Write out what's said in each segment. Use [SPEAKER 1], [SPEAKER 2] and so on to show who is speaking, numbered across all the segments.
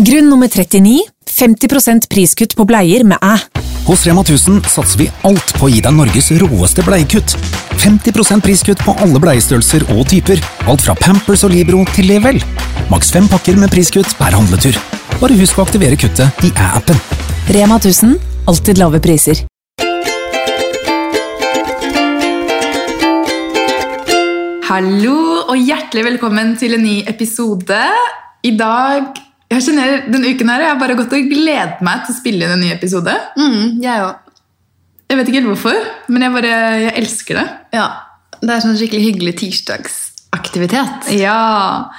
[SPEAKER 1] Grunn nummer 39 50 priskutt på bleier med æ.
[SPEAKER 2] Hos Rema 1000 satser vi alt på å gi deg Norges råeste bleiekutt. 50 priskutt på alle bleiestørrelser og typer. Alt fra Pampers og Libro til Level. Maks fem pakker med priskutt per handletur. Bare husk å aktivere kuttet i æ-appen.
[SPEAKER 1] Rema 1000 alltid lave priser.
[SPEAKER 3] Hallo og hjertelig velkommen til en ny episode. I dag jeg kjenner Denne uken her, jeg har bare gått og gledet meg til å spille inn en ny episode.
[SPEAKER 4] Mm, jeg òg.
[SPEAKER 3] Jeg vet ikke helt hvorfor, men jeg bare, jeg elsker det.
[SPEAKER 4] Ja. Det er sånn skikkelig hyggelig tirsdagsaktivitet.
[SPEAKER 3] Ja.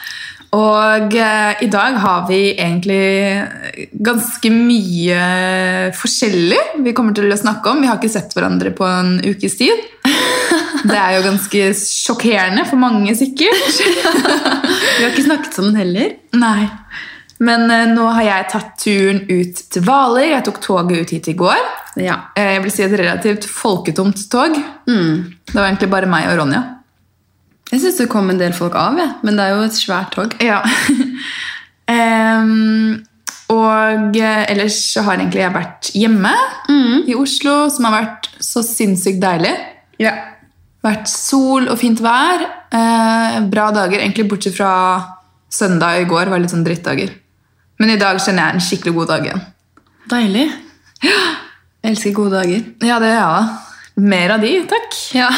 [SPEAKER 3] Og eh, i dag har vi egentlig ganske mye forskjellig vi kommer til å snakke om. Vi har ikke sett hverandre på en ukes tid. Det er jo ganske sjokkerende for mange, sikkert.
[SPEAKER 4] Vi har ikke snakket sammen heller.
[SPEAKER 3] Nei. Men eh, nå har jeg tatt turen ut til Hvaler. Jeg tok toget ut hit i går.
[SPEAKER 4] Ja.
[SPEAKER 3] Eh, jeg vil si et relativt folketomt tog.
[SPEAKER 4] Mm.
[SPEAKER 3] Det var egentlig bare meg og Ronja.
[SPEAKER 4] Jeg syns det kom en del folk av, jeg. men det er jo et svært tog.
[SPEAKER 3] Ja. Em, og eh, ellers så har egentlig jeg vært hjemme
[SPEAKER 4] Mm.
[SPEAKER 3] i Oslo, som har vært så sinnssykt deilig.
[SPEAKER 4] Ja.
[SPEAKER 3] Vært sol og fint vær. Eh, bra dager, egentlig bortsett fra søndag i går var litt sånn drittdager. Men i dag kjenner jeg en skikkelig god dag igjen.
[SPEAKER 4] Deilig. Jeg elsker gode dager.
[SPEAKER 3] Ja, det gjør jeg. da. Mer av de, takk.
[SPEAKER 4] Ja.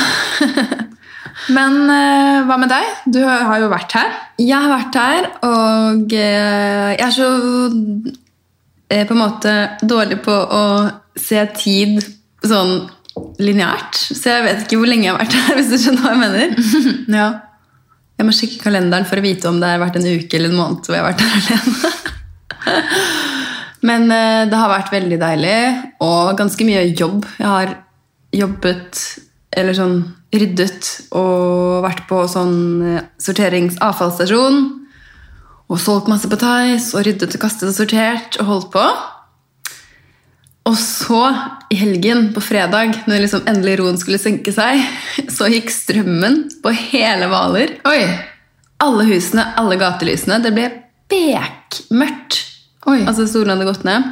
[SPEAKER 3] Men eh, hva med deg? Du har jo vært her.
[SPEAKER 4] Jeg har vært her, og eh, jeg er så eh, på en måte dårlig på å se tid sånn lineært. Så jeg vet ikke hvor lenge jeg har vært her, hvis du skjønner hva jeg mener.
[SPEAKER 3] Ja.
[SPEAKER 4] Jeg må sjekke kalenderen for å vite om det har vært en uke eller en måned hvor jeg har vært her alene. Men eh, det har vært veldig deilig, og ganske mye jobb. Jeg har jobbet, eller sånn ryddet, og vært på sånn eh, sorterings avfallsstasjon. Og solgt masse på Thais, og ryddet og kastet og sortert, og holdt på. Og så, i helgen, på fredag, når liksom endelig roen skulle senke seg, så gikk strømmen på hele Hvaler.
[SPEAKER 3] Oi!
[SPEAKER 4] Alle husene, alle gatelysene. Det ble bekmørkt.
[SPEAKER 3] Oi.
[SPEAKER 4] Altså, solen hadde gått ned.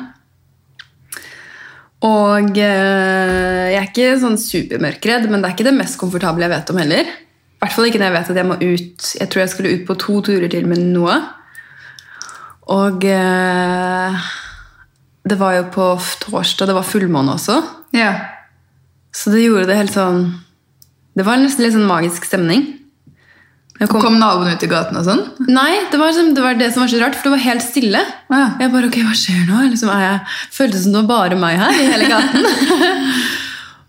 [SPEAKER 4] Og eh, jeg er ikke sånn supermørkredd, men det er ikke det mest komfortable jeg vet om heller. I hvert fall ikke når jeg vet at jeg må ut. Jeg tror jeg skulle ut på to turer til med Noah. Og eh, det var jo på f- torsdag, det var fullmåne også.
[SPEAKER 3] Ja.
[SPEAKER 4] Så det gjorde det helt sånn Det var nesten litt sånn magisk stemning. Jeg
[SPEAKER 3] Kom, naboen ut i gaten og sånn?
[SPEAKER 4] Nei, det var, liksom, det var det som var så rart, for det var helt stille.
[SPEAKER 3] Ja.
[SPEAKER 4] Jeg bare, ok, hva skjer nå? Liksom, er jeg, føltes som det var bare meg her i hele gaten.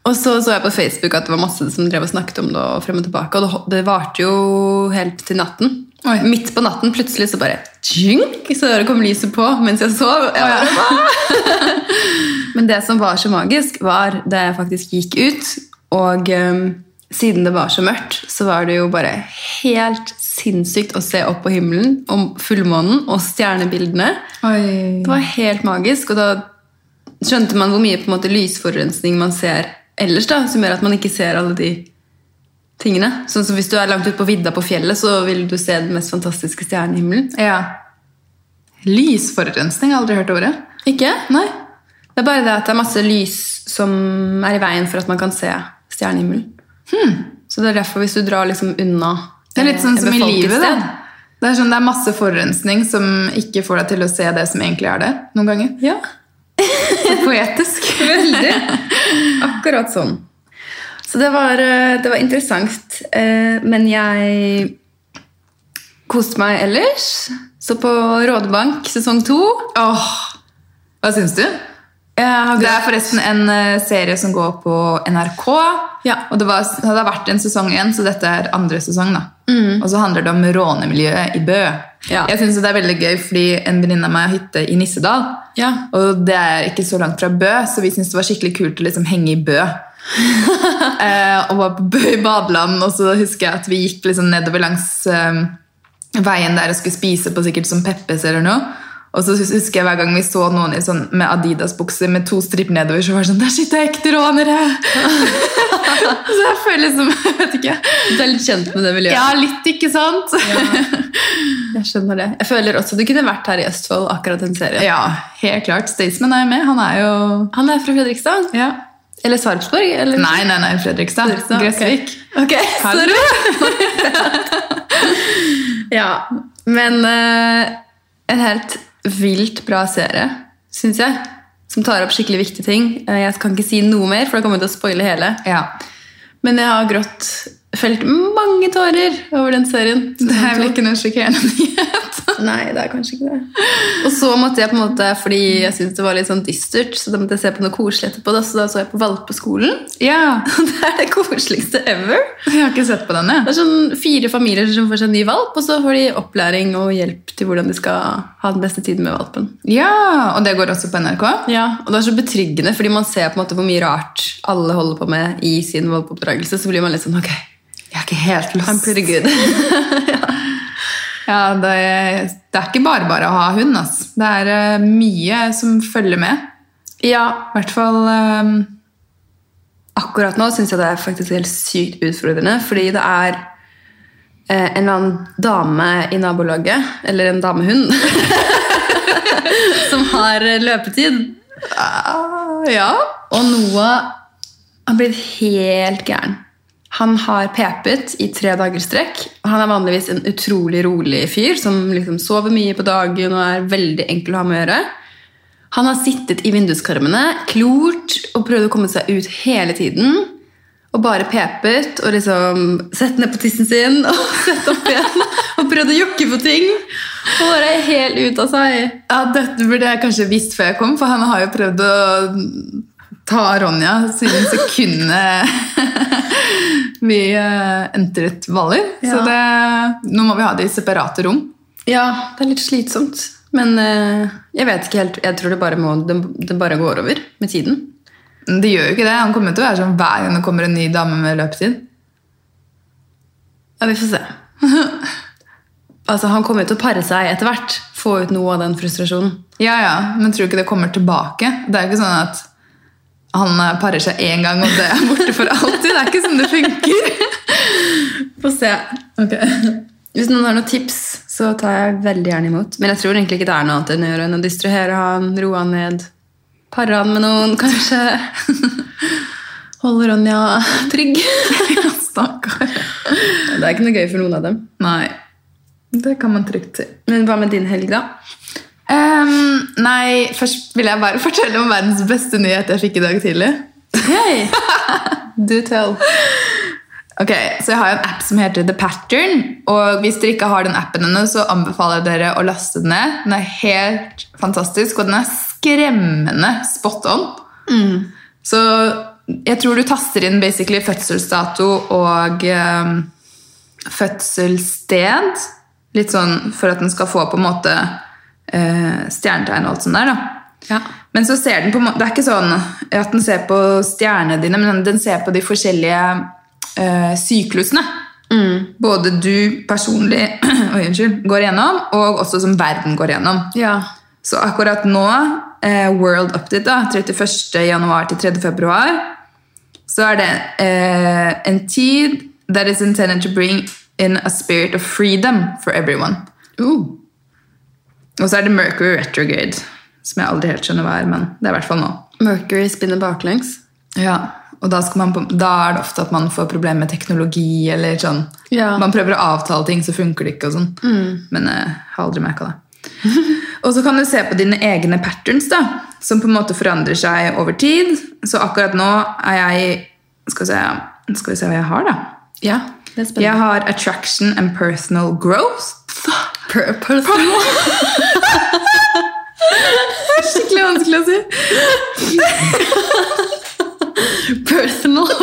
[SPEAKER 4] og så så jeg på Facebook at det var masse som drev og snakket om det og frem og tilbake, og det, ho- det varte jo helt til natten.
[SPEAKER 3] Oi.
[SPEAKER 4] Midt på natten, plutselig så bare, tjunk, så kom lyset på mens jeg sov. Jeg bare, men det som var så magisk, var da jeg faktisk gikk ut. Og eh, siden det var så mørkt, så var det jo bare helt sinnssykt å se opp på himmelen om fullmånen og stjernebildene.
[SPEAKER 3] Oi.
[SPEAKER 4] Det var helt magisk, og da skjønte man hvor mye på en måte, lysforurensning man ser ellers, da, som gjør at man ikke ser alle de tingene. Sånn som Hvis du er langt ute på vidda på fjellet, så vil du se den mest fantastiske stjernehimmelen.
[SPEAKER 3] Ja. Lysforurensning, jeg har aldri hørt ordet.
[SPEAKER 4] Ikke?
[SPEAKER 3] Nei.
[SPEAKER 4] Det er bare det at det er masse lys som er i veien for at man kan se stjernehimmelen. Så det er derfor hvis du drar liksom unna
[SPEAKER 3] Hmm. Det
[SPEAKER 4] eh,
[SPEAKER 3] er litt sånn
[SPEAKER 4] et
[SPEAKER 3] som i
[SPEAKER 4] befolket
[SPEAKER 3] livet,
[SPEAKER 4] sted.
[SPEAKER 3] da. Det er, sånn, det er masse forurensning som ikke får deg til å se det som egentlig er der. Noen ganger.
[SPEAKER 4] Ja,
[SPEAKER 3] Så poetisk.
[SPEAKER 4] veldig. Akkurat sånn. Så det var, eh, det var interessant. Eh, Men jeg koste meg ellers. Så på Rådebank sesong to
[SPEAKER 3] Åh, Hva syns du?
[SPEAKER 4] jeg har
[SPEAKER 3] Det er forresten en eh, serie som går på NRK.
[SPEAKER 4] Ja.
[SPEAKER 3] Og det, var, det hadde vært en sesong igjen, så dette er andre sesong. da. Og så handler det om rånemiljøet i Bø.
[SPEAKER 4] Mm. Ja.
[SPEAKER 3] Jeg synes det er veldig gøy, fordi En venninne av meg har hytte i Nissedal.
[SPEAKER 4] Ja.
[SPEAKER 3] Og det er ikke så langt fra Bø, så vi syntes det var skikkelig kult å liksom henge i Bø. eh, og var på Bø i badeland, og så husker jeg at vi gikk liksom nedover langs eh, veien der og skulle spise på sikkert som Peppes eller noe. Og så husker jeg hver gang vi så noen i sånn, med Adidas-bukser med to stripp nedover, så var det sånn Der sitter jeg ekte rånere! så jeg føler liksom Jeg vet ikke.
[SPEAKER 4] Du er litt kjent med det miljøet.
[SPEAKER 3] Ja, litt, ikke sant?
[SPEAKER 4] Jeg skjønner det. Jeg føler også du kunne vært her i Østfold, akkurat den serien.
[SPEAKER 3] ja, helt klart. Staysman er jo med. Han er jo
[SPEAKER 4] Han er fra Fredrikstad?
[SPEAKER 3] ja.
[SPEAKER 4] Eller Sarpsborg? Eller?
[SPEAKER 3] Nei, nei, nei, Fredrikstad.
[SPEAKER 4] Fredrikstad, ok.
[SPEAKER 3] Gressvik.
[SPEAKER 4] Ok, sorry. ja, men eh, en helt vilt bra serie, synes jeg. Som tar opp skikkelig viktige ting. Eh, jeg kan ikke si noe mer, for da kommer jeg til å spoile hele.
[SPEAKER 3] Ja.
[SPEAKER 4] Men jeg har grått felt mange tårer over den serien.
[SPEAKER 3] Det er vel ikke noe sjokkerende nyhet.
[SPEAKER 4] Nei, det er kanskje ikke det. Og så måtte jeg på en måte, fordi jeg syntes det var litt sånn dystert, så da måtte jeg se på noe koselig etterpå. Da, så da så jeg på Valpeskolen.
[SPEAKER 3] ja.
[SPEAKER 4] Det er det koseligste ever.
[SPEAKER 3] Jeg har ikke sett på den, jeg.
[SPEAKER 4] Det er sånn fire familier som får seg en ny valp, og så får de opplæring og hjelp til hvordan de skal ha den beste tiden med valpen.
[SPEAKER 3] Ja, Og det går også på NRK?
[SPEAKER 4] Ja, og Det er så betryggende, fordi man ser på en måte hvor mye rart alle holder på med i sin valpeoppdragelse. Så blir man litt sånn ok,
[SPEAKER 3] Jeg er ikke helt
[SPEAKER 4] I'm
[SPEAKER 3] lost.
[SPEAKER 4] pretty good.
[SPEAKER 3] Ja, det, det er ikke bare bare å ha hund. Ass. Det er eh, mye som følger med.
[SPEAKER 4] ja,
[SPEAKER 3] I hvert fall eh,
[SPEAKER 4] ehm, akkurat nå syns jeg det er faktisk helt sykt utfordrende, fordi det er eh, en eller annen dame i nabolaget, eller en damehund, som har eh, løpetid.
[SPEAKER 3] Ja.
[SPEAKER 4] Og Noah har blitt helt gæren. Han har pepet i tre dager strekk. og Han er vanligvis en utrolig rolig fyr som liksom sover mye på dagen og er veldig enkel å ha med å gjøre. Han har sittet i vinduskarmene, klort og prøvd å komme seg ut hele tiden. Og bare pepet og liksom sett ned på tissen sin og sett opp igjen. Og prøvd å jokke på ting. Og bare er helt ute av seg.
[SPEAKER 3] ja, dette burde jeg kanskje visst før jeg kom, for han har jo prøvd å ta Ronja siden sekundene vi eh, entret Hvaler. Så
[SPEAKER 4] Ja.
[SPEAKER 3] det, nå må vi ha det i separate rom.
[SPEAKER 4] Ja, det er litt slitsomt. Men eh, jeg vet ikke helt. Jeg tror det bare, må, det, det bare går over med tiden.
[SPEAKER 3] Men Det gjør jo ikke det. Han kommer til å være sånn hver gang det kommer en ny dame med løpetid.
[SPEAKER 4] Ja, vi får se. altså, han kommer jo til å pare seg etter hvert. Få ut noe av den frustrasjonen.
[SPEAKER 3] Ja, ja, men tror du ikke det kommer tilbake? Det er jo ikke sånn at han eh, parer seg én gang, og det er borte for alltid. Det er ikke sånn det funker.
[SPEAKER 4] Få se. Hvis noen har noen tips, så tar jeg veldig gjerne imot. Men jeg tror egentlig ikke det er noe annet enn å gjøre enn å distrahere han, roe han ned. Pare han med noen, kanskje. Holde Ronja trygg.
[SPEAKER 3] Stakkar.
[SPEAKER 4] Det er ikke noe gøy for noen av dem.
[SPEAKER 3] Nei. Det kan man trygt si.
[SPEAKER 4] Men hva med din helg, da?
[SPEAKER 3] Ehm, nei, først vil jeg bare fortelle om verdens beste nyhet jeg fikk i dag tidlig.
[SPEAKER 4] Hey. Do tell.
[SPEAKER 3] Ok, så Jeg har en app som heter The Pattern. og Hvis dere ikke har den appen ennå, så anbefaler jeg dere å laste den ned. Den er helt fantastisk, og den er skremmende spot on. Så jeg tror du taster inn basically fødselsdato og ehm, fødselssted. Litt sånn for at den skal få på en måte eh, stjernetegn og alt sånt der. da.
[SPEAKER 4] Ja.
[SPEAKER 3] Men så ser den på en måte, det er ikke sånn at den ser på stjernene dine, men den ser på de forskjellige eh, syklusene. Både du personlig oi, unnskyld, går igjennom, og også som verden går igjennom.
[SPEAKER 4] Ja.
[SPEAKER 3] Så akkurat nå, eh, World Update, da, 31. januar til 3. februar, så er det eh, en tid that is intended to bring in a spirit of freedom for everyone.
[SPEAKER 4] Uh.
[SPEAKER 3] Og så er det Mercury retrograde, som jeg aldri helt skjønner hva er, men det er i hvert fall nå.
[SPEAKER 4] Mercury spinner baklengs.
[SPEAKER 3] Ja, og da, skal man, på- da er det ofte at man får problemer med teknologi, eller sånn.
[SPEAKER 4] Ja. Mm.
[SPEAKER 3] Man prøver å avtale ting, så funker det ikke og sånn. Men jeg har aldri merket det. og så kan du se på dine egne patterns, da, som på en måte forandrer seg over tid. Så akkurat nå er jeg Skal vi se, skal vi se hva jeg har, da.
[SPEAKER 4] Ja, det er
[SPEAKER 3] Jeg
[SPEAKER 4] spennende.
[SPEAKER 3] har attraction and personal growth.
[SPEAKER 4] Skikkelig vanskelig å si. Personal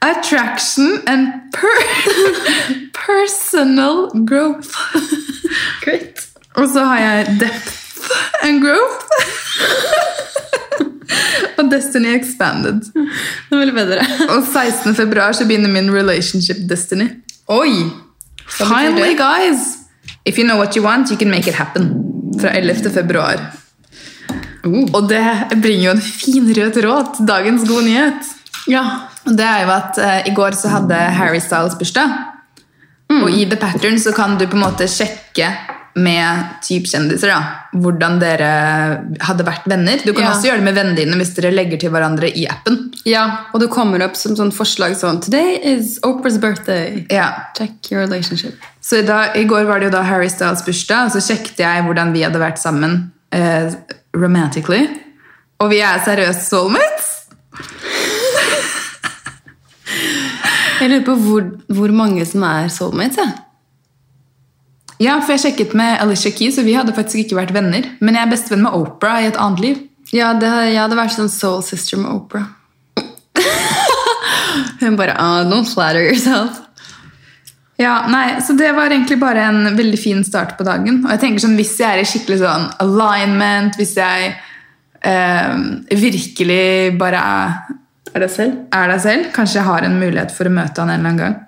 [SPEAKER 3] Attraction and per personal growth.
[SPEAKER 4] Great.
[SPEAKER 3] Og så har jeg depth and growth. og destiny expanded.
[SPEAKER 4] Det er veldig bedre.
[SPEAKER 3] Og 16. februar så begynner min relationship destiny. Oi!
[SPEAKER 4] betyr
[SPEAKER 3] Finally,
[SPEAKER 4] det?
[SPEAKER 3] guys! If you know what you want, you can make it happen. Fra 11. februar.
[SPEAKER 4] Mm.
[SPEAKER 3] Og det bringer jo en fin rød tråd til dagens gode nyhet.
[SPEAKER 4] Ja.
[SPEAKER 3] Og det er jo at eh, i går så hadde Harry Styles bursdag.
[SPEAKER 4] Mm.
[SPEAKER 3] Og i The Pattern så kan du på en måte sjekke med typ kjendiser da, hvordan dere hadde vært venner. Du kan
[SPEAKER 4] Ja.
[SPEAKER 3] også gjøre det med vennene dine hvis dere legger til hverandre i appen.
[SPEAKER 4] Ja, og du kommer opp som sånn forslag sånn Today is Oprah's birthday.
[SPEAKER 3] Ja.
[SPEAKER 4] Check your relationship.
[SPEAKER 3] Så i, dag, I går var det jo da Harry Styles bursdag, og så sjekket jeg hvordan vi hadde vært sammen eh, romantically. Og vi er seriøst soulmates.
[SPEAKER 4] Jeg lurer på hvor, hvor mange som er soulmates, jeg.
[SPEAKER 3] Ja, for jeg sjekket med Alicia Keys, og vi hadde faktisk ikke vært venner. Men jeg er bestevenn med Oprah i et annet liv.
[SPEAKER 4] Ja, det, jeg hadde vært sånn soul sister med Oprah. Hun bare ah, Don't flatter yourself.
[SPEAKER 3] Ja, nei, Så det var egentlig bare en veldig fin start på dagen. Og jeg tenker sånn, Hvis jeg er i skikkelig sånn alignment, hvis jeg eh, virkelig bare er,
[SPEAKER 4] Er det selv?
[SPEAKER 3] er deg selv, kanskje jeg har en mulighet for å møte han en eller annen gang.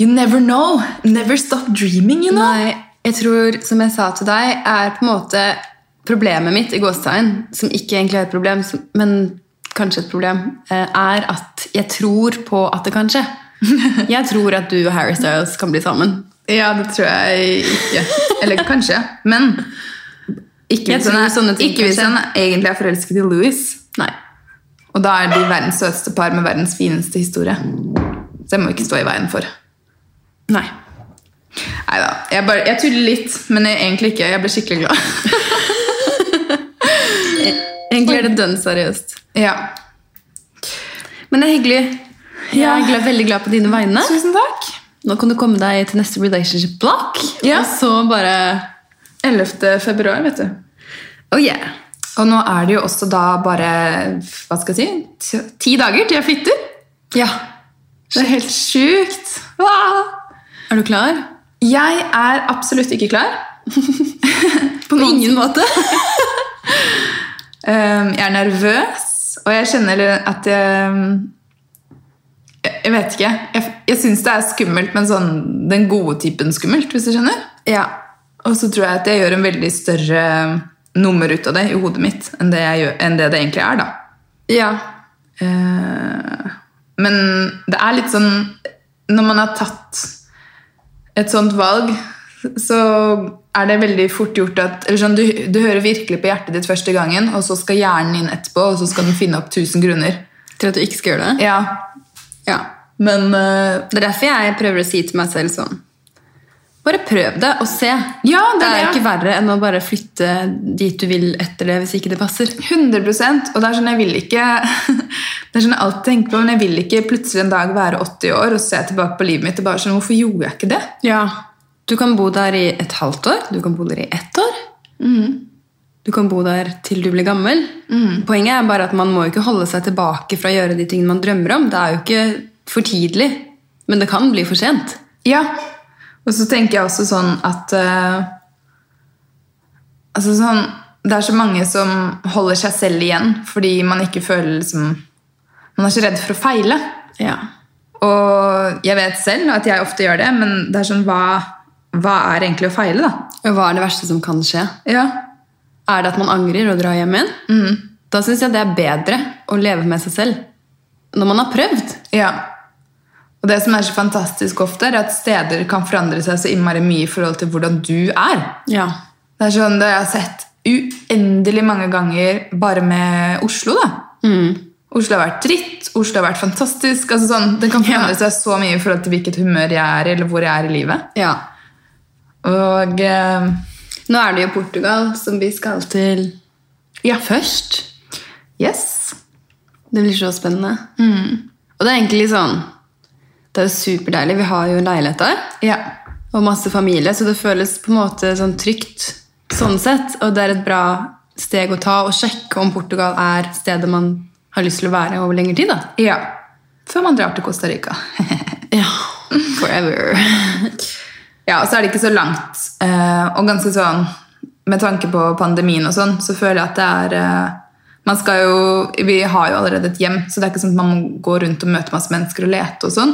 [SPEAKER 3] You never know. Never stop dreaming, you know.
[SPEAKER 4] Nei, jeg tror, som jeg sa til deg, er på en måte problemet mitt i gåstegn, som ikke egentlig er et problem, som- men kanskje et problem, eh, er at jeg tror på at det kan skje. Jeg tror at du og Harry Styles kan bli sammen.
[SPEAKER 3] Ja, det tror jeg ikke. Eller kanskje. Men ikke
[SPEAKER 4] Jeg
[SPEAKER 3] hvis han
[SPEAKER 4] tror
[SPEAKER 3] er,
[SPEAKER 4] sånne ting
[SPEAKER 3] ikke hvis
[SPEAKER 4] kan
[SPEAKER 3] han egentlig er forelsket i Louis.
[SPEAKER 4] Nei.
[SPEAKER 3] Og da er de verdens søteste par med verdens fineste historie. Så jeg må ikke stå i veien for.
[SPEAKER 4] Nei.
[SPEAKER 3] Neida, Jeg, bare- jeg tuller litt, men jeg, egentlig ikke. Jeg ble skikkelig glad.
[SPEAKER 4] Egentlig er det dønn seriøst.
[SPEAKER 3] Ja.
[SPEAKER 4] Men det er hyggelig. Jeg er
[SPEAKER 3] Ja.
[SPEAKER 4] glad, veldig glad på dine vegne.
[SPEAKER 3] Tusen takk.
[SPEAKER 4] Nå kan du komme deg til neste relationship block,
[SPEAKER 3] Ja.
[SPEAKER 4] og så bare
[SPEAKER 3] 11. februar, vet du.
[SPEAKER 4] Oh yeah.
[SPEAKER 3] Og nå er det jo også da bare hva skal jeg si, t- ti dager til jeg flytter.
[SPEAKER 4] Ja.
[SPEAKER 3] Det er helt sjukt. Ah!
[SPEAKER 4] Er du klar?
[SPEAKER 3] Jeg er absolutt ikke klar. På noen
[SPEAKER 4] ingen måte.
[SPEAKER 3] Um, jeg er nervøs, og jeg kjenner at um, jeg Jeg, jeg vet ikke. Jeg, jeg syns det er skummelt, men sånn den gode typen skummelt, hvis du skjønner.
[SPEAKER 4] Ja.
[SPEAKER 3] Og så tror jeg at jeg gjør en veldig større nummer ut av det i hodet mitt enn det, jeg gjør, enn det, det egentlig er, da.
[SPEAKER 4] Ja.
[SPEAKER 3] Eh, men det er litt sånn Når man har tatt et sånt valg, så er det veldig fort gjort at eller sånn, du, du hører virkelig på hjertet ditt første gangen, og så skal hjernen inn etterpå, og så skal den finne opp 1000 grunner.
[SPEAKER 4] Til at du ikke skal gjøre det?
[SPEAKER 3] Ja,
[SPEAKER 4] Ja.
[SPEAKER 3] men eh,
[SPEAKER 4] Det er derfor jeg prøver å si til meg selv sånn Bare prøv det og se.
[SPEAKER 3] Ja, det er
[SPEAKER 4] det er
[SPEAKER 3] det.
[SPEAKER 4] ikke verre enn å bare flytte dit du vil etter det hvis ikke det passer.
[SPEAKER 3] 100 Og det er sånn jeg vil ikke Det er sånn jeg alltid tenker på, men jeg vil ikke plutselig en dag være 80 år og se tilbake på livet mitt og bare sånn Hvorfor gjorde jeg ikke det?
[SPEAKER 4] Ja. Du kan bo der i et halvt år, du kan bo der i ett år.
[SPEAKER 3] Mm.
[SPEAKER 4] Du kan bo der til du blir gammel. Poenget er bare at man må jo ikke holde seg tilbake fra å gjøre de tingene man drømmer om. Det er jo ikke for tidlig, men det kan bli for sent.
[SPEAKER 3] Ja. Og så tenker jeg også sånn at eh, Altså sånn Det er så mange som holder seg selv igjen fordi man ikke føler liksom Man er så redd for å feile.
[SPEAKER 4] Ja.
[SPEAKER 3] Og jeg vet selv at jeg ofte gjør det, men det er sånn Hva, hva er egentlig å feile, da?
[SPEAKER 4] Og hva er det verste som kan skje?
[SPEAKER 3] Ja.
[SPEAKER 4] Er det at man angrer og drar hjem igjen?
[SPEAKER 3] Mm.
[SPEAKER 4] Da syns jeg det er bedre å leve med seg selv. Når man har prøvd.
[SPEAKER 3] ja. Og det som er så fantastisk ofte, er at steder kan forandre seg så innmari mye i forhold til hvordan du er.
[SPEAKER 4] Ja.
[SPEAKER 3] Det er sånn det har jeg sett uendelig mange ganger bare med Oslo, da. Oslo har vært dritt, Oslo har vært fantastisk. altså sånn, Det kan forandre seg så mye i forhold til hvilket humør jeg er i, eller hvor jeg er i livet. Og eh,
[SPEAKER 4] Nå er det jo Portugal som vi skal til først.
[SPEAKER 3] yes.
[SPEAKER 4] Det blir så spennende.
[SPEAKER 3] Mm.
[SPEAKER 4] Og det er egentlig sånn Det er jo superdeilig. Vi har jo en leilighet der.
[SPEAKER 3] Ja.
[SPEAKER 4] og masse familie, så det føles på en måte sånn trygt sånn sett. Og det er et bra steg å ta og sjekke om Portugal er stedet man har lyst til å være over lengre tid. da.
[SPEAKER 3] ja. Før man drar til Costa Rica.
[SPEAKER 4] Ja, forever.
[SPEAKER 3] ja, og så er det ikke så langt. eh, og ganske sånn Med tanke på pandemien og sånn, så føler jeg at det er eh, man skal jo, Vi har jo allerede et hjem, så det er ikke sånn at man må gå rundt og møte masse mennesker og lete. og sånn.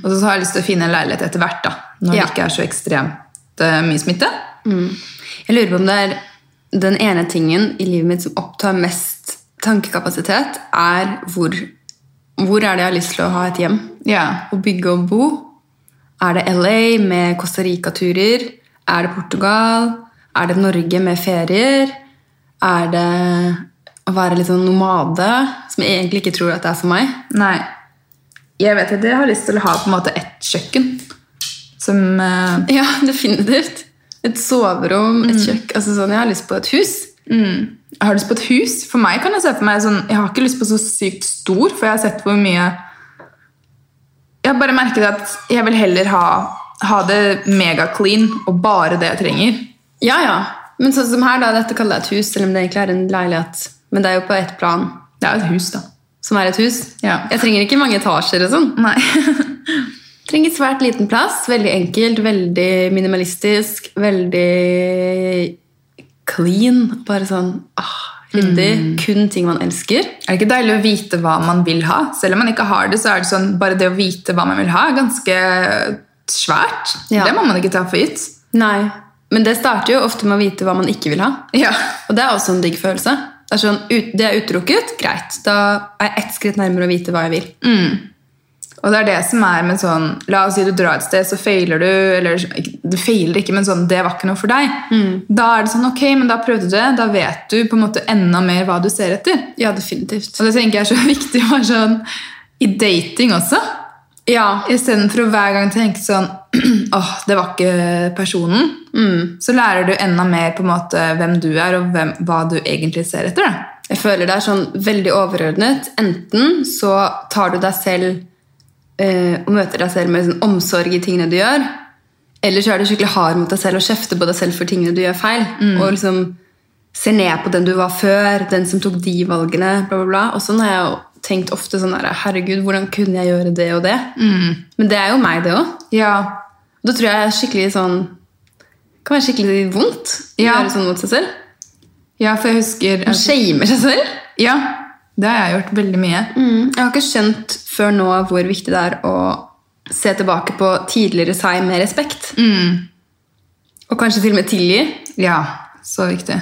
[SPEAKER 3] Og så har jeg lyst til å finne en leilighet etter hvert, da, når
[SPEAKER 4] Ja.
[SPEAKER 3] det ikke er så ekstremt eh, mye smitte.
[SPEAKER 4] Jeg lurer på om det er den ene tingen i livet mitt som opptar mest tankekapasitet, er hvor, hvor er det jeg har lyst til å ha et hjem?
[SPEAKER 3] Ja.
[SPEAKER 4] Å bygge og bo? Er det LA med Costa Rica-turer? Er det Portugal? Er det Norge med ferier? Er det å være litt sånn nomade, som jeg egentlig ikke tror at det er for meg?
[SPEAKER 3] Nei. Jeg vet at jeg har lyst til å ha på en måte ett kjøkken som eh,
[SPEAKER 4] Ja, definitivt. Et soverom,
[SPEAKER 3] Mm.
[SPEAKER 4] et kjøkken altså sånn, Jeg har lyst på et hus.
[SPEAKER 3] Jeg har lyst på et hus. For meg kan jeg se for meg sånn, Jeg har ikke lyst på så sykt stor, for jeg har sett hvor mye Jeg har bare merket at jeg vil heller ha, ha det megaclean og bare det jeg trenger.
[SPEAKER 4] Ja, ja. Men sånn som her, da, dette kaller jeg et hus, selv om det egentlig er en leilighet. Men det er jo på ett plan,
[SPEAKER 3] Det er jo et hus, da.
[SPEAKER 4] som er et hus.
[SPEAKER 3] Ja.
[SPEAKER 4] Jeg trenger ikke mange etasjer og sånn.
[SPEAKER 3] Nei.
[SPEAKER 4] Trenger svært liten plass. Veldig enkelt, veldig minimalistisk, veldig clean. Bare sånn ah, ryddig.
[SPEAKER 3] Mm.
[SPEAKER 4] Kun ting man elsker.
[SPEAKER 3] Er det ikke deilig å vite hva man vil ha? Selv om man ikke har det, så er det sånn, bare det å vite hva man vil ha, er ganske svært.
[SPEAKER 4] Ja.
[SPEAKER 3] Det må man ikke ta for gitt.
[SPEAKER 4] Nei. Men det starter jo ofte med å vite hva man ikke vil ha.
[SPEAKER 3] Ja.
[SPEAKER 4] Og det er også en digg følelse. Det er sånn, ut, det er utelukket, greit. Da er jeg ett skritt nærmere å vite hva jeg vil.
[SPEAKER 3] Og det er det som er med sånn La oss si du drar et sted, så feiler du. Eller ikke- du feiler ikke, men sånn, det var ikke noe for deg.
[SPEAKER 4] Mm.
[SPEAKER 3] Da er det sånn, ok, men da prøvde du det. Da vet du på en måte enda mer hva du ser etter.
[SPEAKER 4] Ja, definitivt.
[SPEAKER 3] Og det tenker jeg er så viktig å være sånn i dating også.
[SPEAKER 4] Ja,
[SPEAKER 3] Istedenfor å hver gang tenke sånn åh, det var ikke personen.
[SPEAKER 4] Mm.
[SPEAKER 3] Så lærer du enda mer på en måte hvem du er, og hvem, hva du egentlig ser etter. da.
[SPEAKER 4] jeg føler det er sånn veldig overordnet. Enten så tar du deg selv eh, og møter deg selv med sånn omsorg i tingene du gjør, eller så er du skikkelig hard mot deg selv og kjefter på deg selv for tingene du gjør feil.
[SPEAKER 3] Mm.
[SPEAKER 4] Og liksom ser ned på den du var før, den som tok de valgene, bla, bla, bla. Og sånn har jeg jo tenkt ofte sånn der, herregud, hvordan kunne jeg gjøre det og det?
[SPEAKER 3] Mm.
[SPEAKER 4] Men det er jo meg, det òg.
[SPEAKER 3] Ja,
[SPEAKER 4] Da tror jeg skikkelig sånn Det kan være skikkelig vondt å
[SPEAKER 3] Ja.
[SPEAKER 4] gjøre sånn mot seg selv.
[SPEAKER 3] ja for jeg husker
[SPEAKER 4] Man shamer seg selv.
[SPEAKER 3] Ja, det har jeg gjort veldig mye.
[SPEAKER 4] Mm, Jeg har ikke skjønt før nå hvor viktig det er å se tilbake på tidligere seg med respekt.
[SPEAKER 3] Mm.
[SPEAKER 4] Og kanskje til og med tilgi.
[SPEAKER 3] Ja, så viktig.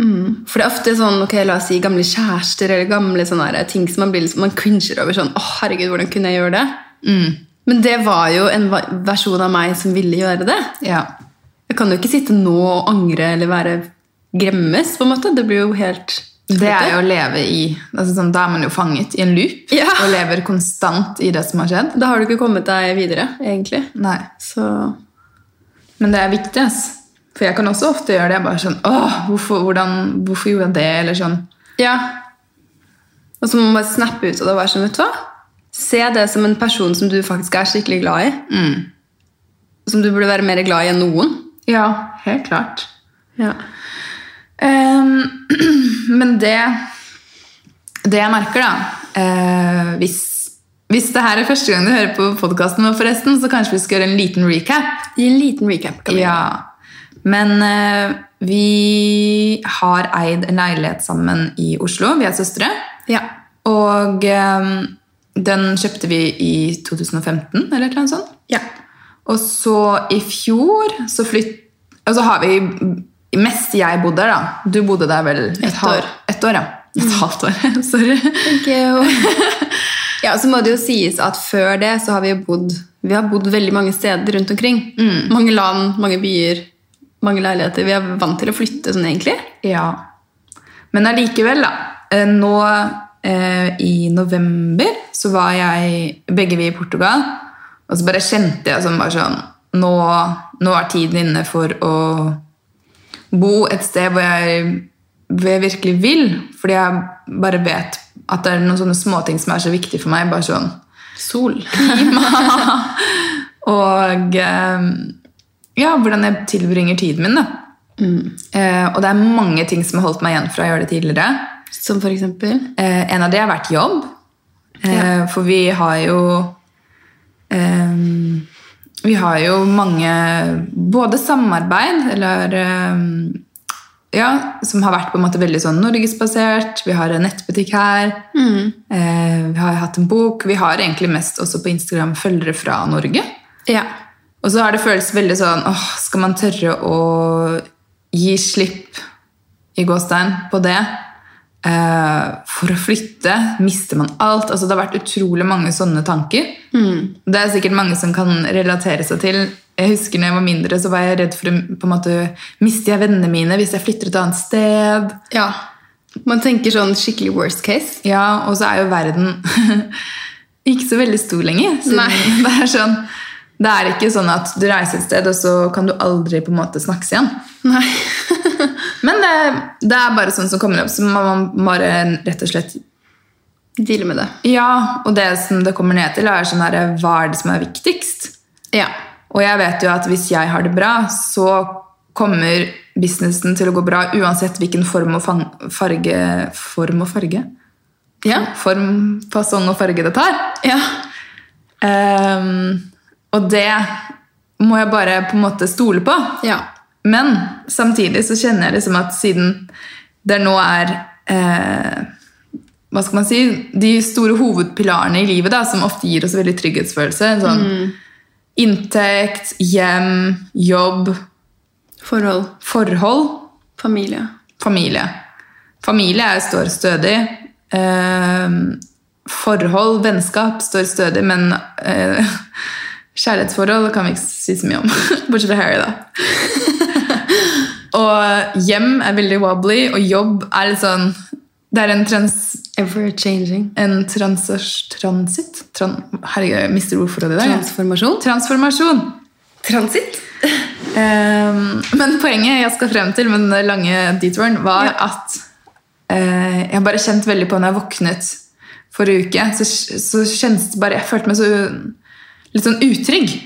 [SPEAKER 4] For det er ofte sånn, ok, la oss si gamle kjærester eller gamle sånne her ting som man blir liksom, man cringer over sånn, åh herregud, hvordan kunne jeg gjøre det?
[SPEAKER 3] Mm.
[SPEAKER 4] Men det var jo en va- versjon av meg som ville gjøre det.
[SPEAKER 3] Ja.
[SPEAKER 4] Jeg kan jo ikke sitte nå og angre eller være gremmes, på en måte. Det blir jo helt
[SPEAKER 3] Det er jo å leve i altså sånn, Da er man jo fanget i en loop
[SPEAKER 4] Ja.
[SPEAKER 3] og lever konstant i det som har skjedd.
[SPEAKER 4] Da har du ikke kommet deg videre, egentlig.
[SPEAKER 3] Nei.
[SPEAKER 4] Så
[SPEAKER 3] Men det er viktig, ass. For jeg kan også ofte gjøre det. Jeg bare sånn Åh, hvorfor, hvordan, hvorfor gjorde jeg det? Eller sånn.
[SPEAKER 4] Ja. Og så må man bare snappe ut av det og være sånn, vet du hva? Se det som en person som du faktisk er skikkelig glad i. Som du burde være mer glad i enn noen.
[SPEAKER 3] Ja, helt klart.
[SPEAKER 4] Ja.
[SPEAKER 3] Ehm, men det Det jeg merker, da eh, hvis, hvis det her er første gang du hører på podkasten vår, forresten, så kanskje vi skal gjøre en liten recap.
[SPEAKER 4] Gi en liten recap. Camilla.
[SPEAKER 3] Ja. Men eh, vi har eid en leilighet sammen i Oslo. Vi er søstre.
[SPEAKER 4] Ja.
[SPEAKER 3] Og eh, den kjøpte vi i 2015, eller noe sånt.
[SPEAKER 4] Ja.
[SPEAKER 3] Og så i fjor så flytt... Og så har vi Mest jeg bodde der, da. Du bodde der vel et, halv-
[SPEAKER 4] år. Mm.
[SPEAKER 3] Et år, ja. Et halvt år. Sorry.
[SPEAKER 4] Thank you. ja, så må det jo sies at før det så har vi jo bodd Vi har bodd veldig mange steder rundt omkring. Mange land, mange byer, mange leiligheter. Vi er vant til å flytte sånn, egentlig.
[SPEAKER 3] Ja. Men allikevel, da. eh, Nå eh, i november så var jeg begge vi i Portugal. Og så bare kjente jeg som bare sånn Nå, nå er tiden inne for å bo et sted hvor jeg, hvor jeg virkelig vil. Fordi jeg bare vet at det er noen sånne småting som er så viktige for meg. bare sånn
[SPEAKER 4] Sol.
[SPEAKER 3] og eh, ja, hvordan jeg tilbringer tiden min. Da. Eh, og det er mange ting som har holdt meg igjen fra å gjøre det tidligere.
[SPEAKER 4] Som for eksempel.
[SPEAKER 3] Eh, en av det har vært jobb. Eh, For vi har jo eh, Vi har jo mange Både samarbeid eller eh, ja, som har vært på en måte veldig sånn norgesbasert. Vi har en nettbutikk her. Eh, vi har hatt en bok. Vi har egentlig mest også på Instagram følgere fra Norge.
[SPEAKER 4] Ja.
[SPEAKER 3] Og så har det føltes veldig sånn åh, Skal man tørre å gi slipp i gåstein på det? Eh, for å flytte? Mister man alt? Altså, det har vært utrolig mange sånne tanker. Det er sikkert mange som kan relatere seg til. Jeg husker når jeg var mindre, så var jeg redd for å på en måte, miste jeg vennene mine hvis jeg flytter et annet sted.
[SPEAKER 4] ja. Man tenker sånn skikkelig worst case.
[SPEAKER 3] Ja, og så er jo verden ikke så veldig stor lenger. siden
[SPEAKER 4] Nei.
[SPEAKER 3] Det er sånn det er ikke sånn at du reiser et sted, og så kan du aldri på en måte snakkes igjen.
[SPEAKER 4] Nei.
[SPEAKER 3] Men det, det er bare sånn som kommer opp, så må man bare rett og slett
[SPEAKER 4] Deale med det.
[SPEAKER 3] Ja, og det som det kommer ned til, er sånn her Hva er det som er viktigst?
[SPEAKER 4] Ja.
[SPEAKER 3] Og jeg vet jo at hvis jeg har det bra, så kommer businessen til å gå bra uansett hvilken form og fang, farge Form og farge?
[SPEAKER 4] Ja.
[SPEAKER 3] Form, fasong og farge det tar.
[SPEAKER 4] Ja.
[SPEAKER 3] Ehm, og det må jeg bare på en måte stole på.
[SPEAKER 4] Ja.
[SPEAKER 3] Men samtidig så kjenner jeg liksom at siden det nå er eh, Hva skal man si De store hovedpilarene i livet da, som ofte gir oss veldig trygghetsfølelse. en Sånn Inntekt, hjem, jobb,
[SPEAKER 4] Forhold.
[SPEAKER 3] forhold
[SPEAKER 4] Familie.
[SPEAKER 3] familie. Familie er, står stødig. Eh, forhold, vennskap står stødig, men eh, kjærlighetsforhold kan vi ikke si så mye om. Bortsett fra Harry, da. og hjem er veldig wobbly, og jobb er litt sånn Det er en, trans,
[SPEAKER 4] Ever changing.
[SPEAKER 3] en transers, transit Tran, Herregud, jeg mister ordforrådet i dag. jeg.
[SPEAKER 4] Transformasjon.
[SPEAKER 3] Transformasjon.
[SPEAKER 4] Transit.
[SPEAKER 3] Ehm, men poenget jeg skal frem til med den lange detouren, var
[SPEAKER 4] Ja.
[SPEAKER 3] at eh, jeg har bare kjent veldig på når jeg våknet forrige uke, så, så kjennes det bare Jeg følte meg så litt sånn utrygg.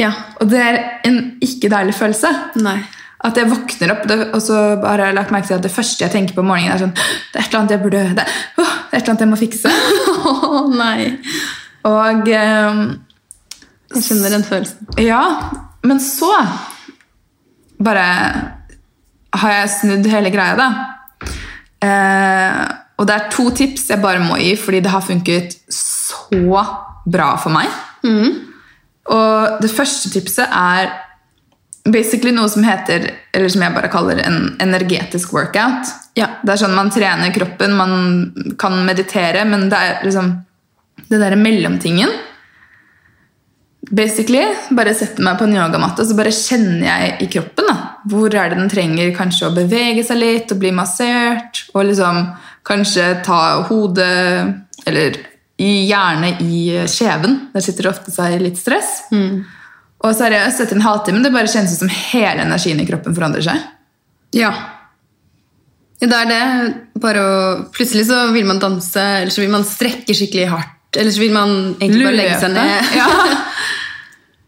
[SPEAKER 4] Ja.
[SPEAKER 3] Og det er en ikke deilig følelse.
[SPEAKER 4] Nei.
[SPEAKER 3] At jeg våkner opp, det, og så bare har jeg lagt merke til at det første jeg tenker på om morgenen, er sånn Det er et eller annet jeg burde Det er, åh, det er et eller annet jeg må fikse.
[SPEAKER 4] Å nei.
[SPEAKER 3] Og ehm,
[SPEAKER 4] Jeg kjenner den følelsen.
[SPEAKER 3] Ja, men så bare har jeg snudd hele greia, da. Eh, og det er to tips jeg bare må gi, fordi det har funket så bra for meg. Og det første tipset er basically noe som heter, eller som jeg bare kaller en energetisk workout.
[SPEAKER 4] Ja.
[SPEAKER 3] Det er sånn man trener kroppen, man kan meditere, men det er liksom det derre mellomtingen Basically, bare setter meg på en yogamatte og så bare kjenner jeg i kroppen. da. Hvor er det den trenger kanskje å bevege seg litt og bli massert? Og liksom kanskje ta hodet Eller i- gjerne i kjeven. Der sitter det ofte seg litt stress.
[SPEAKER 4] Mm.
[SPEAKER 3] Og seriøst, etter en halvtime det bare kjennes ut som hele energien i kroppen forandrer seg.
[SPEAKER 4] Ja. Det er det. Bare å, plutselig så vil man danse, eller så vil man strekke skikkelig hardt. Eller så vil man egentlig bare legge seg ned.
[SPEAKER 3] Ja.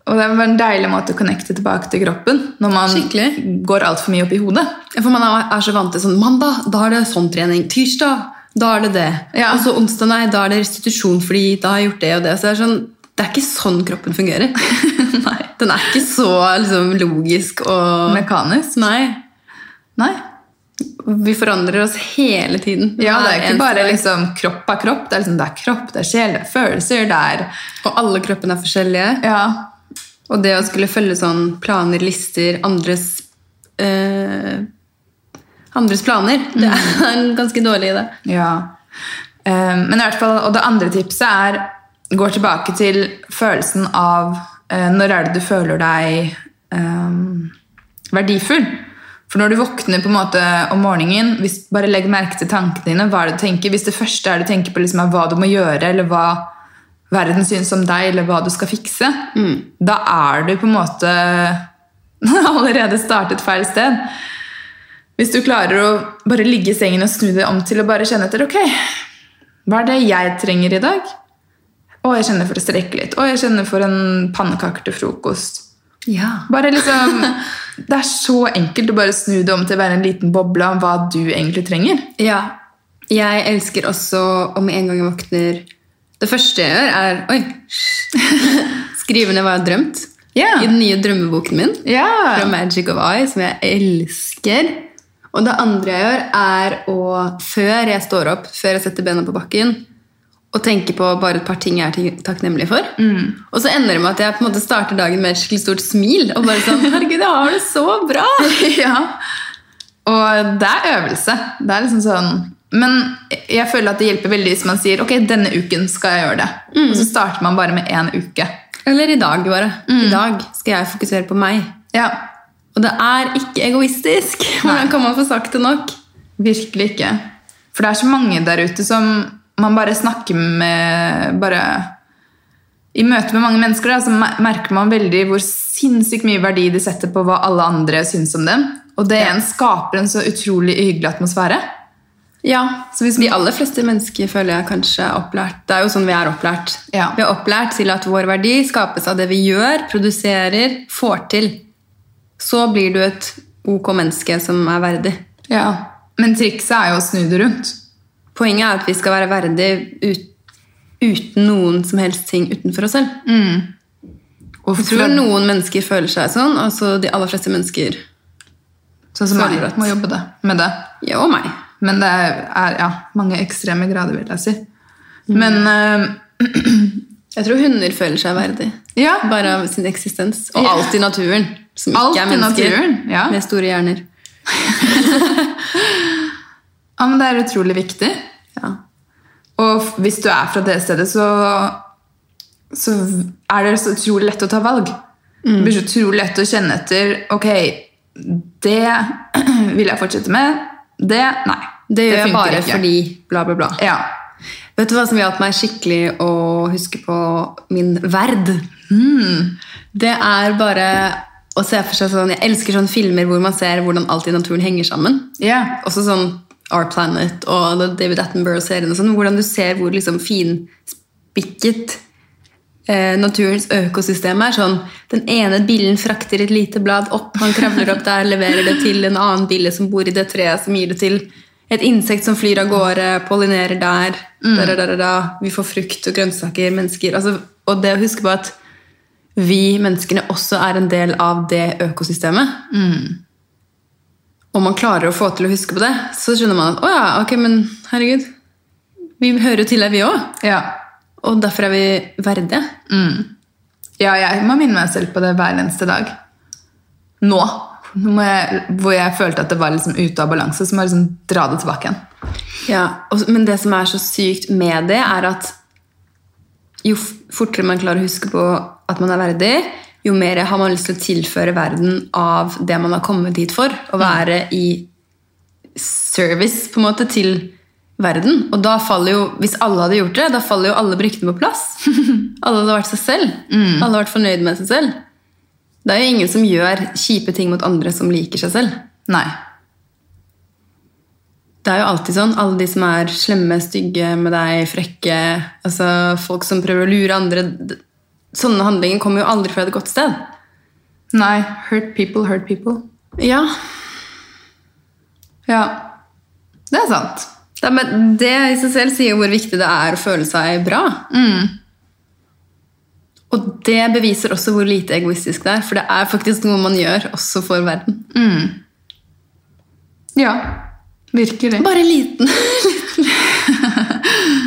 [SPEAKER 3] Og det var en deilig måte å connecte tilbake til kroppen når man
[SPEAKER 4] Skikkelig.
[SPEAKER 3] går altfor mye opp i hodet.
[SPEAKER 4] For man er er så vant til sånn mandag, da er det sånn trening. Tirsdag, da er det det.
[SPEAKER 3] Ja.
[SPEAKER 4] Og så onsdag, nei, da er det restitusjon fordi da har jeg gjort det og det. Så det er sånn, det er ikke sånn kroppen fungerer. nei. Den er ikke så liksom, logisk og
[SPEAKER 3] Mekanisk.
[SPEAKER 4] Nei.
[SPEAKER 3] Nei.
[SPEAKER 4] Vi forandrer oss hele tiden.
[SPEAKER 3] Ja, det er
[SPEAKER 4] Hver
[SPEAKER 3] ikke
[SPEAKER 4] eneste
[SPEAKER 3] bare
[SPEAKER 4] dag.
[SPEAKER 3] liksom, kropp er kropp. Det er, liksom, det er kropp, det er sjel, det er følelser, det er
[SPEAKER 4] Og alle kroppene er forskjellige.
[SPEAKER 3] Ja.
[SPEAKER 4] Og det å skulle følge sånn planer, lister, andres eh, Andres planer.
[SPEAKER 3] Mm.
[SPEAKER 4] Det er en ganske dårlig idé.
[SPEAKER 3] ja. Eh, men i hvert fall, og det andre tipset er går tilbake til følelsen av eh, når er det du føler deg eh, verdifull. For når du våkner på en måte om morgenen, hvis, bare legg merke til tankene dine. hva er det du tenker, Hvis det første er du tenker på liksom, er hva du må gjøre, eller hva verden syns om deg, eller hva du skal fikse, da er du på en måte allerede startet feil sted. Hvis du klarer å bare ligge i sengen og snu det om til å bare kjenne etter Ok, hva er det jeg trenger i dag? Å, jeg kjenner for å strekke litt. Å, jeg kjenner for en pannekake til frokost.
[SPEAKER 4] Ja.
[SPEAKER 3] Bare liksom Det er så enkelt å bare snu det om til å være en liten boble om hva du egentlig trenger.
[SPEAKER 4] ja. Jeg elsker også om med en gang jeg våkner Det første jeg gjør, er Oi! Skrive ned hva jeg har drømt.
[SPEAKER 3] Ja.
[SPEAKER 4] I den nye drømmeboken min.
[SPEAKER 3] Ja.
[SPEAKER 4] Fra Magic of Eye, som jeg elsker. Og det andre jeg gjør, er å, før jeg står opp, før jeg setter bena på bakken, å tenke på bare et par ting jeg er ting- takknemlig for. Og så ender det med at jeg på en måte starter dagen med et skikkelig stort smil. Og bare sånn Herregud, jeg har det så bra!
[SPEAKER 3] ja. Og det er øvelse. Det er liksom sånn Men jeg føler at det hjelper veldig hvis man sier ok, denne uken skal jeg gjøre det.
[SPEAKER 4] Mm.
[SPEAKER 3] Og så starter man bare med én uke.
[SPEAKER 4] Eller i dag, bare. I dag skal jeg fokusere på meg.
[SPEAKER 3] Ja,
[SPEAKER 4] Og det er ikke egoistisk! Hvordan kan man få sagt det nok?
[SPEAKER 3] Virkelig ikke. For det er så mange der ute som man bare snakker med bare I møte med mange mennesker da, så mer- merker man veldig hvor sinnssykt mye verdi de setter på hva alle andre syns om dem. Og det igjen skaper en så utrolig hyggelig atmosfære.
[SPEAKER 4] Ja, så hvis De aller fleste mennesker føler jeg kanskje er opplært. Det er jo sånn vi er opplært.
[SPEAKER 3] Ja.
[SPEAKER 4] Vi er opplært til at vår verdi skapes av det vi gjør, produserer, får til. Så blir du et ok menneske som er verdig.
[SPEAKER 3] Ja. Men trikset er jo å snu det rundt.
[SPEAKER 4] Poenget er at vi skal være verdig ut, uten noen som helst ting utenfor oss selv.
[SPEAKER 3] Og
[SPEAKER 4] Jeg tror noen mennesker føler seg sånn, og så de aller fleste mennesker,
[SPEAKER 3] sånn som
[SPEAKER 4] føler
[SPEAKER 3] meg
[SPEAKER 4] at-
[SPEAKER 3] må jobbe det, med det.
[SPEAKER 4] ja, og meg,
[SPEAKER 3] Men det er ja, mange ekstreme grader, vil jeg si. Men eh,
[SPEAKER 4] Jeg tror hunder føler seg verdig.
[SPEAKER 3] Ja.
[SPEAKER 4] Bare av sin eksistens. Og
[SPEAKER 3] Ja.
[SPEAKER 4] alt i naturen. Som
[SPEAKER 3] Alt
[SPEAKER 4] ikke
[SPEAKER 3] i
[SPEAKER 4] er mennesker.
[SPEAKER 3] naturen, ja.
[SPEAKER 4] Med store hjerner.
[SPEAKER 3] ja, men det er utrolig viktig.
[SPEAKER 4] Ja.
[SPEAKER 3] Og f- hvis du er fra det stedet, så, så er det så utrolig lett å ta valg. Det blir så
[SPEAKER 4] Mm.
[SPEAKER 3] utrolig lett å kjenne etter Ok, det vil jeg fortsette med. Det Nei.
[SPEAKER 4] Det gjør jeg
[SPEAKER 3] funker
[SPEAKER 4] bare
[SPEAKER 3] ikke.
[SPEAKER 4] fordi bla, bla, bla.
[SPEAKER 3] Ja.
[SPEAKER 4] Vet du hva som hjalp meg skikkelig å huske på min verd? Hmm. Det er bare å se for seg sånn Jeg elsker sånne filmer hvor man ser hvordan alt i naturen henger sammen.
[SPEAKER 3] ja.
[SPEAKER 4] Også sånn Our Planet og The David Attenborough-serien. og Sånn, hvordan du ser hvor liksom finspikket eh, naturens økosystem er. Sånn, den ene billen frakter et lite blad opp, han kravler opp der, leverer det til en annen bille som bor i det treet, som gir det til et insekt som flyr av gårde, pollinerer der, da, da, da, da, da. Vi får frukt og grønnsaker, mennesker. Altså, og det å huske på at vi menneskene også er en del av det økosystemet og man klarer å få til å huske på det, så skjønner man at å ja, ok, men herregud, vi hører jo til her, vi òg.
[SPEAKER 3] ja.
[SPEAKER 4] Og derfor er vi verdige.
[SPEAKER 3] Ja, jeg må minne meg selv på det hver eneste dag. Nå. Nå må jeg, hvor jeg følte at det var liksom ute av balanse, så må jeg liksom dra det tilbake igjen.
[SPEAKER 4] Ja, og, Men det som er så sykt med det, er at jo f- fortere man klarer å huske på at man er verdig, jo mer har man lyst til å tilføre verden av det man har kommet hit for. Å være i service på en måte til verden. Og da faller jo, hvis alle hadde gjort det, da faller jo alle brikkene på plass. Alle hadde vært seg selv. Alle hadde vært fornøyd med seg selv. Det er jo ingen som gjør kjipe ting mot andre som liker seg selv.
[SPEAKER 3] Nei.
[SPEAKER 4] Det er jo alltid sånn. Alle de som er slemme, stygge med deg, frekke altså Folk som prøver å lure andre d- Sånne handlinger kommer jo aldri fra et godt sted.
[SPEAKER 3] Nei. Hurt people, hurt people.
[SPEAKER 4] Ja,
[SPEAKER 3] Ja. Det er sant.
[SPEAKER 4] det, men det i seg selv sier jo hvor viktig det er å føle seg bra. Mm. Og det beviser også hvor lite egoistisk det er, for det er faktisk noe man gjør også for verden.
[SPEAKER 3] Ja. Virkelig.
[SPEAKER 4] Bare en liten, liten.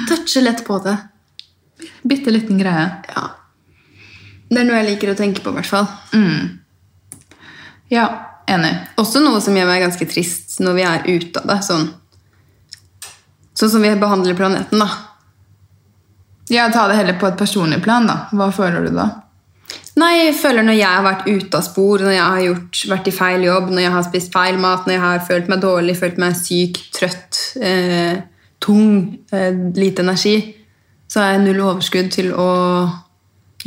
[SPEAKER 4] Touche lett på det.
[SPEAKER 3] Bitte liten greie.
[SPEAKER 4] Ja. Det er noe jeg liker å tenke på, i hvert fall.
[SPEAKER 3] Mm. Ja, enig.
[SPEAKER 4] Også noe som gjør meg ganske trist når vi er ute av det. Sånn, sånn som vi behandler planeten, da.
[SPEAKER 3] Ja, Ta det heller på et personlig plan, da. Hva føler du da?
[SPEAKER 4] Nei, jeg føler når jeg har vært ute av spor, når jeg har gjort, vært i feil jobb, når jeg har spist feil mat, når jeg har følt meg dårlig, følt meg syk, trøtt, eh, tung, eh, lite energi, så har jeg null overskudd til å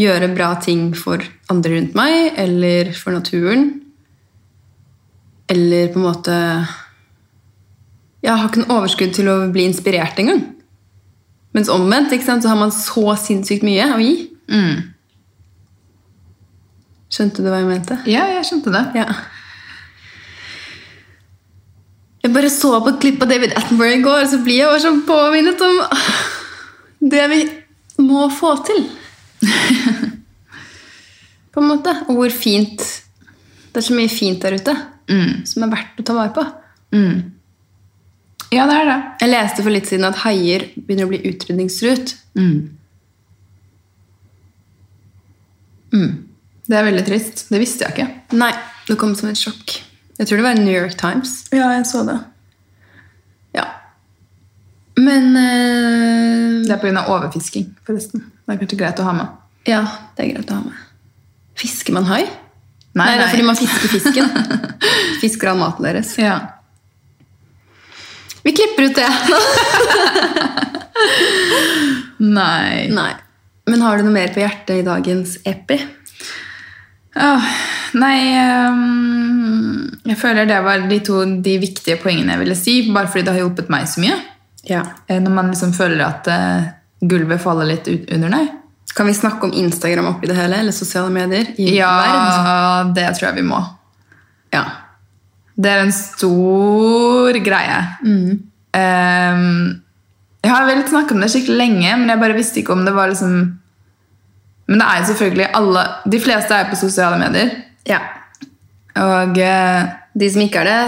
[SPEAKER 4] gjøre bra ting for andre rundt meg, eller for naturen. Eller på en måte Jeg har ikke noe overskudd til å bli inspirert engang. Mens omvendt ikke sant, så har man så sinnssykt mye å gi. Skjønte du hva jeg mente?
[SPEAKER 3] Ja, jeg skjønte det.
[SPEAKER 4] Ja. Jeg bare så på et klipp av David Attenborough i går, så blir jeg bare sånn påminnet om det vi må få til. på en
[SPEAKER 3] Mm.
[SPEAKER 4] måte. Og hvor fint Det er så mye fint der ute som er verdt å ta vare på.
[SPEAKER 3] Ja, det er det.
[SPEAKER 4] Jeg leste for litt siden at haier begynner å bli utrydningstruet.
[SPEAKER 3] Mm.
[SPEAKER 4] Mm.
[SPEAKER 3] Det er veldig trist. Det visste jeg ikke.
[SPEAKER 4] Nei, det kom som et sjokk. Jeg tror det var i New York Times.
[SPEAKER 3] Ja, jeg så det.
[SPEAKER 4] Ja. Men eh,
[SPEAKER 3] Det er pga. overfisking, forresten. Det er kanskje greit å ha med.
[SPEAKER 4] Ja, det er greit å ha med. Fisker man hai?
[SPEAKER 3] Nei,
[SPEAKER 4] det
[SPEAKER 3] nei.
[SPEAKER 4] er fordi man fisker fisken. Fisker av maten deres.
[SPEAKER 3] Ja.
[SPEAKER 4] Vi klipper ut det!
[SPEAKER 3] Nei.
[SPEAKER 4] Nei. Men har du noe mer på hjertet i dagens E epi?
[SPEAKER 3] Åh, nei ehm, Jeg føler det var de to de viktige poengene jeg ville si, bare fordi det har hjulpet meg så mye.
[SPEAKER 4] Ja.
[SPEAKER 3] Eh, Når man liksom føler at eh, gulvet faller litt ut under deg.
[SPEAKER 4] Kan vi snakke om Instagram oppi det hele? Eller sosiale medier? I verd?
[SPEAKER 3] Ja, det tror jeg vi må.
[SPEAKER 4] Ja.
[SPEAKER 3] Det er en stor greie.
[SPEAKER 4] Mm.
[SPEAKER 3] Ehm, jeg har vel snakket om det skikkelig lenge, men jeg bare visste ikke om det var liksom Men det er jo selvfølgelig alle De fleste er jo på sosiale medier.
[SPEAKER 4] ja.
[SPEAKER 3] Og eh,
[SPEAKER 4] De som ikke er det,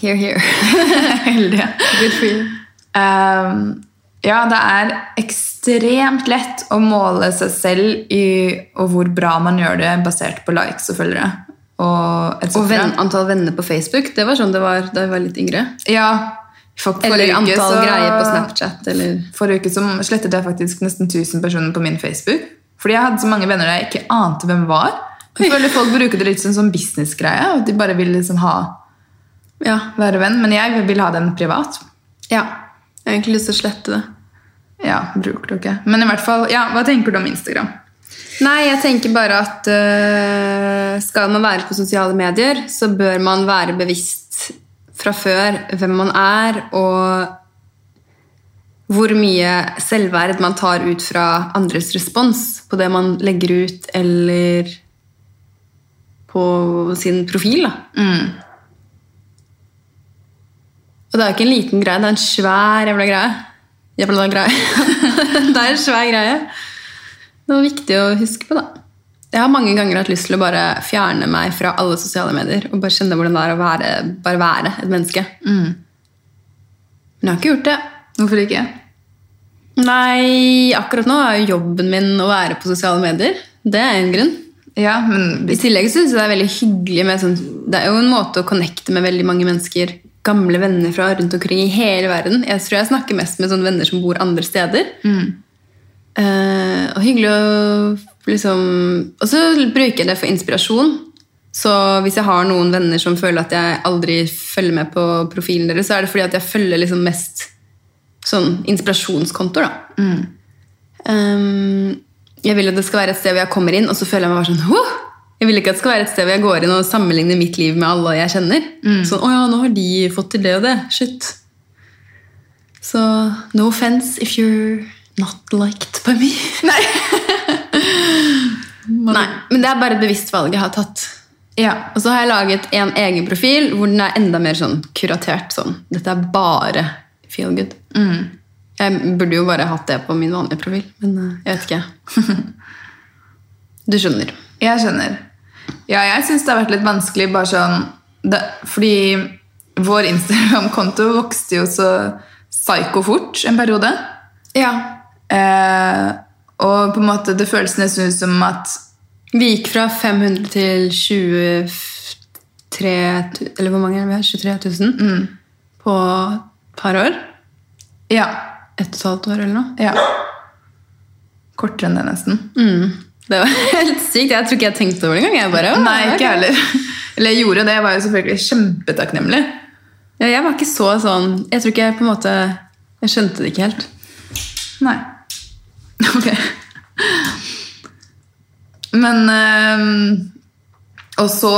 [SPEAKER 4] here, here.
[SPEAKER 3] heldige.
[SPEAKER 4] Good for you.
[SPEAKER 3] Ehm, ja, det er ekstremt lett å måle seg selv i og hvor bra man gjør det, basert på likes og følgere. Og, et
[SPEAKER 4] Og
[SPEAKER 3] cetera.
[SPEAKER 4] venn, antall venner på Facebook. Det var sånn det var da jeg var litt yngre.
[SPEAKER 3] Ja. For,
[SPEAKER 4] Eller
[SPEAKER 3] forrige uke
[SPEAKER 4] antall
[SPEAKER 3] så-
[SPEAKER 4] greier på Snapchat. Eller...
[SPEAKER 3] Forrige uke så slettet jeg faktisk nesten 1000 personer på min Facebook. Fordi jeg hadde så mange venner der jeg ikke ante hvem var. Jeg føler folk bruker det litt som en sånn businessgreie. og At de bare vil liksom ha,
[SPEAKER 4] Ja.
[SPEAKER 3] være venn. Men jeg vil ha den privat.
[SPEAKER 4] ja. Jeg har egentlig lyst til å slette det.
[SPEAKER 3] Ja, bruker det ikke. Men i hvert fall, ja, hva tenker du om Instagram?
[SPEAKER 4] Nei, jeg tenker bare at øh, skal man være på sosiale medier, så bør man være bevisst fra før hvem man er, og hvor mye selvverd man tar ut fra andres respons på det man legger ut, eller på sin profil. da. Og det er jo ikke en liten greie, det er en svær jævla greie. Jævla greie. det er en svær greie. Det var viktig å huske på, da. Jeg har mange ganger hatt lyst til å bare fjerne meg fra alle sosiale medier og bare kjenne hvordan det er å være, bare være et menneske. Men jeg har ikke gjort det.
[SPEAKER 3] Hvorfor ikke?
[SPEAKER 4] Nei, akkurat nå er jo jobben min å være på sosiale medier. Det er en grunn.
[SPEAKER 3] Ja, men
[SPEAKER 4] I tillegg syns jeg det er veldig hyggelig med sånn Det er jo en måte å connecte med veldig mange mennesker, gamle venner fra rundt omkring i hele verden. Jeg tror jeg snakker mest med sånne venner som bor andre steder. Eh, og hyggelig å liksom Og så bruker jeg det for inspirasjon. Så hvis jeg har noen venner som føler at jeg aldri følger med på profilen deres, så er det fordi at jeg følger liksom mest sånn inspirasjonskontoer, da. Ehm, jeg vil at det skal være et sted hvor jeg kommer inn, og så føler jeg meg bare sånn «Huh!» Jeg vil ikke at det skal være et sted hvor jeg går inn og sammenligner mitt liv med alle jeg kjenner. Sånn, å ja, nå har de fått til det og det. Shit. Så no offense if you're not liked by me. Nei. Nei, men det er bare et bevisst valg jeg har tatt.
[SPEAKER 3] ja.
[SPEAKER 4] Og så har jeg laget en egen profil hvor den er enda mer sånn kuratert. sånn. Dette er bare feel good. Jeg burde jo bare hatt det på min vanlige profil, men eh, jeg vet ikke. Du skjønner.
[SPEAKER 3] Jeg skjønner. Ja, jeg syns det har vært litt vanskelig bare sånn det, Fordi vår Instagram-konto vokste jo så psyko fort en periode.
[SPEAKER 4] Ja.
[SPEAKER 3] Eh, og på en måte det føles nesten ut som at
[SPEAKER 4] Vi gikk fra 500 til 23 tu- Eller hvor mange er det vi har? 23 000
[SPEAKER 3] Mm.
[SPEAKER 4] på et par år.
[SPEAKER 3] Ja.
[SPEAKER 4] Ett og et halvt år eller noe.
[SPEAKER 3] ja. Kortere enn det, nesten.
[SPEAKER 4] Det var helt sykt. Jeg tror ikke jeg tenkte over det engang. Jeg bare, «Å,
[SPEAKER 3] Nei,
[SPEAKER 4] ok».
[SPEAKER 3] ikke jeg heller. Eller jeg gjorde det. Jeg var jo selvfølgelig kjempetakknemlig.
[SPEAKER 4] Ja, jeg var ikke så sånn Jeg tror ikke jeg på en måte Jeg skjønte det ikke helt.
[SPEAKER 3] Nei. Ok. Men eh, Og så,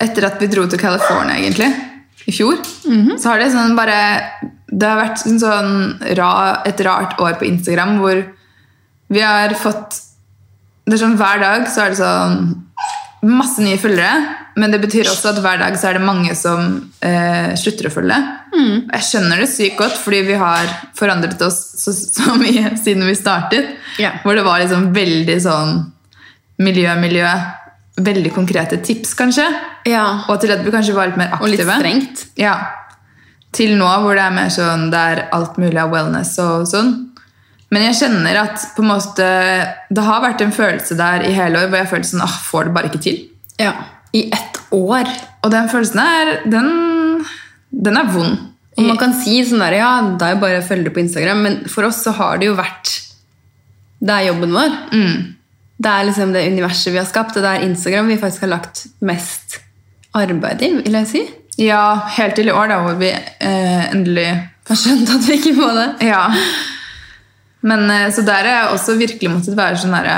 [SPEAKER 3] etter at vi dro til California, egentlig, i fjor, så har det sånn bare Det har vært en sånn ra, et rart år på Instagram hvor vi har fått det er sånn Hver dag så er det sånn masse nye følgere, men det betyr også at hver dag så er det mange som eh, slutter å følge. Jeg skjønner det sykt godt, fordi vi har forandret oss så, så mye siden vi startet.
[SPEAKER 4] Ja.
[SPEAKER 3] Hvor det var liksom veldig sånn miljø, miljø. Veldig konkrete tips, kanskje.
[SPEAKER 4] Ja.
[SPEAKER 3] Og til at vi kanskje var litt mer
[SPEAKER 4] Og litt
[SPEAKER 3] aktive.
[SPEAKER 4] strengt.
[SPEAKER 3] Ja. til nå hvor det er mer sånn det er alt mulig av wellness og sånn. Men jeg kjenner at på en måte, det har vært en følelse der i hele år hvor jeg har følt sånn ah, får det bare ikke til.
[SPEAKER 4] Ja. I ett år.
[SPEAKER 3] Og den følelsen er, den, den er vond.
[SPEAKER 4] Og man kan si sånn der, ja, det er jo bare å følge det på Instagram, men for oss så har det jo vært Det er jobben vår. Det er liksom det universet vi har skapt, og det er Instagram vi faktisk har lagt mest arbeid i, vil jeg si.
[SPEAKER 3] Ja, helt til i år, da, hvor vi eh, endelig
[SPEAKER 4] Jeg har skjønt at vi ikke må det.
[SPEAKER 3] Ja. Men eh, så der har jeg også virkelig måttet være sånn derre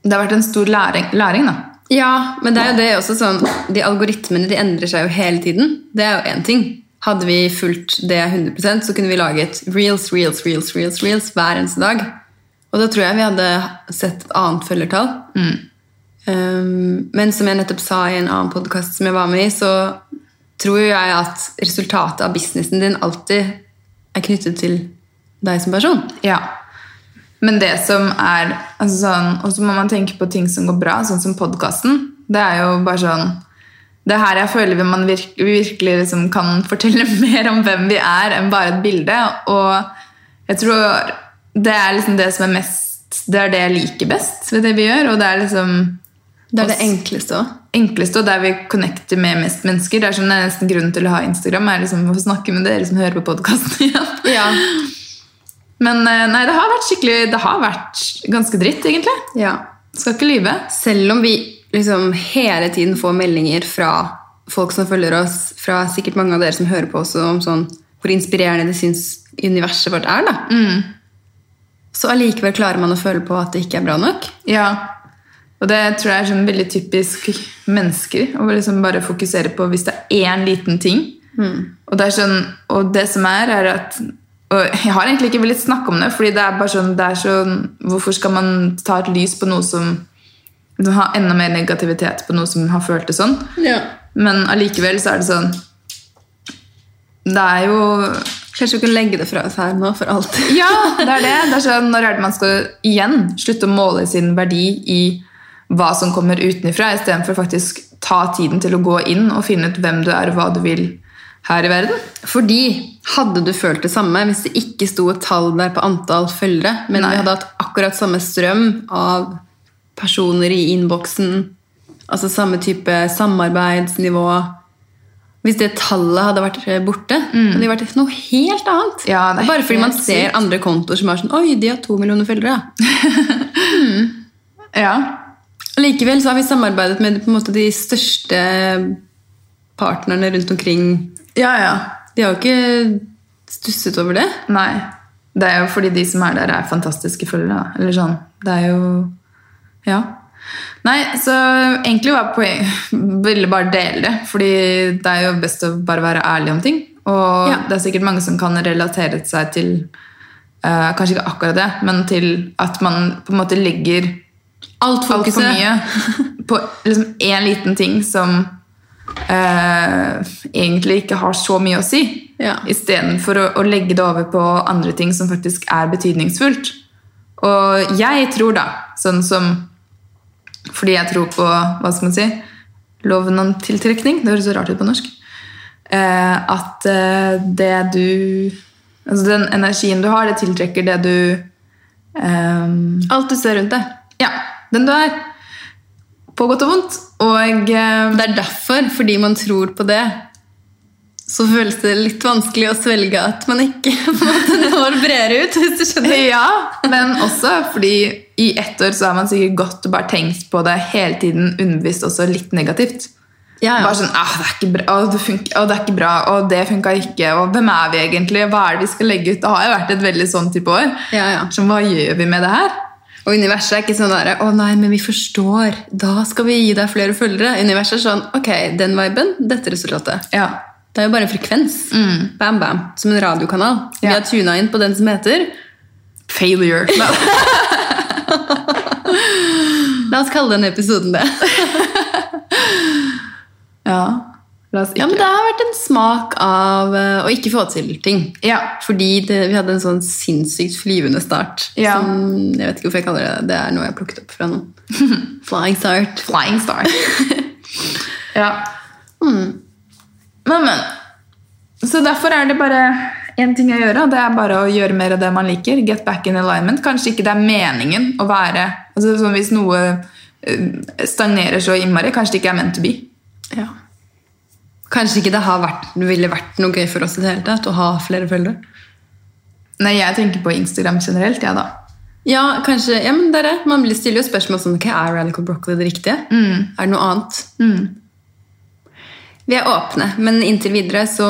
[SPEAKER 3] Det har vært en stor læring, læring da.
[SPEAKER 4] Ja, men det er jo det også sånn De algoritmene de endrer seg jo hele tiden. Det er jo én ting. Hadde vi fulgt det 100 så kunne vi laget reels, reels, reels, reels, reels hver eneste dag. Og da tror jeg vi hadde sett et annet følgertall.
[SPEAKER 3] Mm.
[SPEAKER 4] Um, men som jeg nettopp sa i en annen podkast som jeg var med i, så tror jo jeg at resultatet av businessen din alltid er knyttet til deg som person.
[SPEAKER 3] Ja. Men det som er altså sånn, Og så må man tenke på ting som går bra, sånn som podkasten. Det er jo bare sånn Det er her jeg føler man virk, virkelig liksom kan fortelle mer om hvem vi er, enn bare et bilde. Og jeg tror det er liksom det som er mest Det er det jeg liker best ved det vi gjør. Og det er liksom
[SPEAKER 4] Det er
[SPEAKER 3] oss-
[SPEAKER 4] det enkleste òg.
[SPEAKER 3] enkleste, og der vi connecter med mest mennesker. Det er sånn det er nesten grunnen til å ha Instagram, er liksom å få snakke med dere som hører på podkasten igjen.
[SPEAKER 4] Ja.
[SPEAKER 3] Men eh, nei, det har vært skikkelig Det har vært ganske dritt, egentlig.
[SPEAKER 4] ja.
[SPEAKER 3] Skal ikke lyve.
[SPEAKER 4] Selv om vi liksom hele tiden får meldinger fra folk som følger oss, fra sikkert mange av dere som hører på også, om sånn, hvor inspirerende de syns universet vårt er, da. så allikevel klarer man å føle på at det ikke er bra nok.
[SPEAKER 3] Ja. Og det tror jeg er sånn veldig typisk mennesker. Å liksom bare fokusere på hvis det er én liten ting. Og, det er sånn, og det som er, er at og Jeg har egentlig ikke villet snakke om det, fordi det er bare sånn, det er sånn Hvorfor skal man ta et lys på noe som som har enda mer negativitet på noe som har følt det sånn? Men allikevel så er det sånn Det er jo
[SPEAKER 4] Kanskje vi kan legge det fra oss her nå for alltid.
[SPEAKER 3] Ja, det er det. det er sånn, når er det man skal igjen slutte å måle sin verdi i hva som kommer utenfra, istedenfor faktisk ta tiden til å gå inn og finne ut hvem du er og hva du vil her i verden?
[SPEAKER 4] Fordi hadde du følt det samme hvis det ikke sto et tall der på antall følgere, men
[SPEAKER 3] Nei.
[SPEAKER 4] vi hadde hatt akkurat samme strøm av personer i innboksen, altså samme type samarbeidsnivå Hvis det tallet hadde vært eh, borte, hadde det vært noe helt annet.
[SPEAKER 3] Mm. Ja, det er
[SPEAKER 4] Bare fordi man
[SPEAKER 3] helt
[SPEAKER 4] ser
[SPEAKER 3] sykt.
[SPEAKER 4] andre kontoer som har sånn Oi, de har to millioner følgere.
[SPEAKER 3] Ja.
[SPEAKER 4] Likevel så har vi samarbeidet med på en måte, de største partnerne rundt omkring.
[SPEAKER 3] Ja, ja.
[SPEAKER 4] De har jo ikke stusset over det.
[SPEAKER 3] Nei. Det er jo fordi de som er der, er fantastiske følgere. da. Eller sånn. Det er jo Ja. Nei, så egentlig var poen- ville bare dele det. Fordi det er jo best å bare være ærlig om ting. Og
[SPEAKER 4] Ja.
[SPEAKER 3] det er sikkert mange som kan relatere seg til eh, Kanskje ikke akkurat det, men til at man på en måte legger
[SPEAKER 4] Alt
[SPEAKER 3] altfor
[SPEAKER 4] fokuset.
[SPEAKER 3] mye på liksom én liten ting som eh, egentlig ikke har så mye å si.
[SPEAKER 4] Ja.
[SPEAKER 3] Istedenfor å, å legge det over på andre ting som faktisk er betydningsfullt. Og jeg tror, da, sånn som Fordi jeg tror på hva skal man si, loven om tiltrekning. Det høres så rart ut på norsk. Eh, at eh, det du Altså den energien du har, det tiltrekker det du eh,
[SPEAKER 4] Alt du ser rundt deg.
[SPEAKER 3] ja, den du er. På godt og vondt. Og eh,
[SPEAKER 4] Det er derfor, fordi man tror på det, så føles det litt vanskelig å svelge at man ikke på en måte, når bredere ut, hvis du skjønner.
[SPEAKER 3] ja, men også fordi i ett år så har man sikkert gått og bare tenkt på det hele tiden, underbevisst også litt negativt.
[SPEAKER 4] Ja,
[SPEAKER 3] Bare sånn ah, det er ikke bra, ah, det funker, ah, det er ikke bra, og det funka ikke, og hvem er vi egentlig, hva er det vi skal legge ut? Det har jo vært et veldig sånn type år.
[SPEAKER 4] Ja, ja.
[SPEAKER 3] Som hva gjør vi med det her?
[SPEAKER 4] Og universet er ikke sånn der, å nei, men vi forstår, da skal vi gi deg flere følgere. Universet er sånn, ok, den viben, dette resultatet.
[SPEAKER 3] Ja.
[SPEAKER 4] Det er jo bare en frekvens. Bam, bam. Som en radiokanal. Vi
[SPEAKER 3] Ja.
[SPEAKER 4] har tunet inn på den som heter,
[SPEAKER 3] Failure.
[SPEAKER 4] la oss kalle den episoden det.
[SPEAKER 3] ja. La oss ikke
[SPEAKER 4] Ja, men det har vært en smak av eh, å ikke få til ting.
[SPEAKER 3] Ja.
[SPEAKER 4] Fordi det, vi hadde en sånn sinnssykt flyvende start.
[SPEAKER 3] Ja.
[SPEAKER 4] Som, jeg vet ikke hvorfor jeg kaller det det. Det er noe jeg har plukket opp fra noen. Flying start.
[SPEAKER 3] Flying Star. ja. Men, men. Så Så derfor er det bare én ting å gjøre, og det er bare å gjøre mer av det man liker. Get back in alignment. Kanskje ikke det er meningen å være altså sånn Hvis noe eh, stagnerer så innmari, kanskje det ikke er meant to be.
[SPEAKER 4] Ja. Kanskje ikke det har vært, ville vært noe gøy for oss i det hele tatt å ha flere følgere.
[SPEAKER 3] Nei, jeg tenker på Instagram generelt, jeg, ja, da.
[SPEAKER 4] Ja, kanskje, ja, men det er det. Man blir- stiller jo spørsmål som ok, er radical broccoli det riktige. Er det noe annet? Vi er åpne, men inntil videre så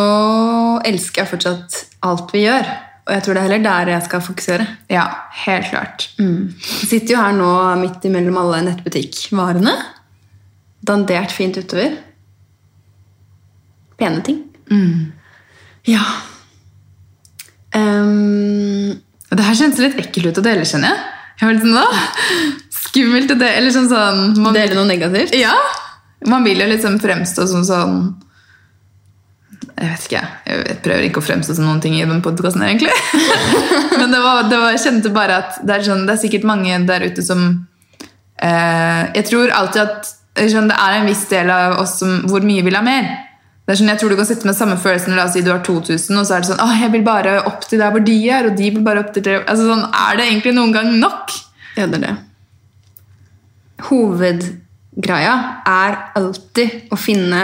[SPEAKER 4] elsker jeg fortsatt alt vi gjør. Og jeg tror det er heller der jeg skal fokusere.
[SPEAKER 3] Ja, helt klart. Mm.
[SPEAKER 4] Jeg sitter jo her nå midt imellom alle nettbutikkvarene. Dandert fint utover. Pene ting. Ja. Ehm,
[SPEAKER 3] Og Det her kjennes litt ekkelt ut å dele, kjenner jeg. jeg var litt sånn, da. Skummelt å dele. Eller sånn sånn man,
[SPEAKER 4] dele noe negativt?
[SPEAKER 3] Ja! Man vil jo liksom fremstå som sånn Jeg vet ikke. Jeg vet- prøver ikke å fremstå som noen ting i den podkasten, egentlig. Men det var, det var, jeg kjente bare at det er, sånn, det er sikkert mange der ute som eh, Jeg tror alltid at eller sånn, det er en viss del av oss som hvor mye vil ha mer. Det er sånn, jeg tror Du kan sitte med samme følelsen la oss si du har 2000, og så er det sånn Åh, jeg vil bare opp til der hvor de er, og de vil bare opp til der. Altså, sånn, er det egentlig noen gang nok?
[SPEAKER 4] Ja, det er det. Hovedgreia er alltid å finne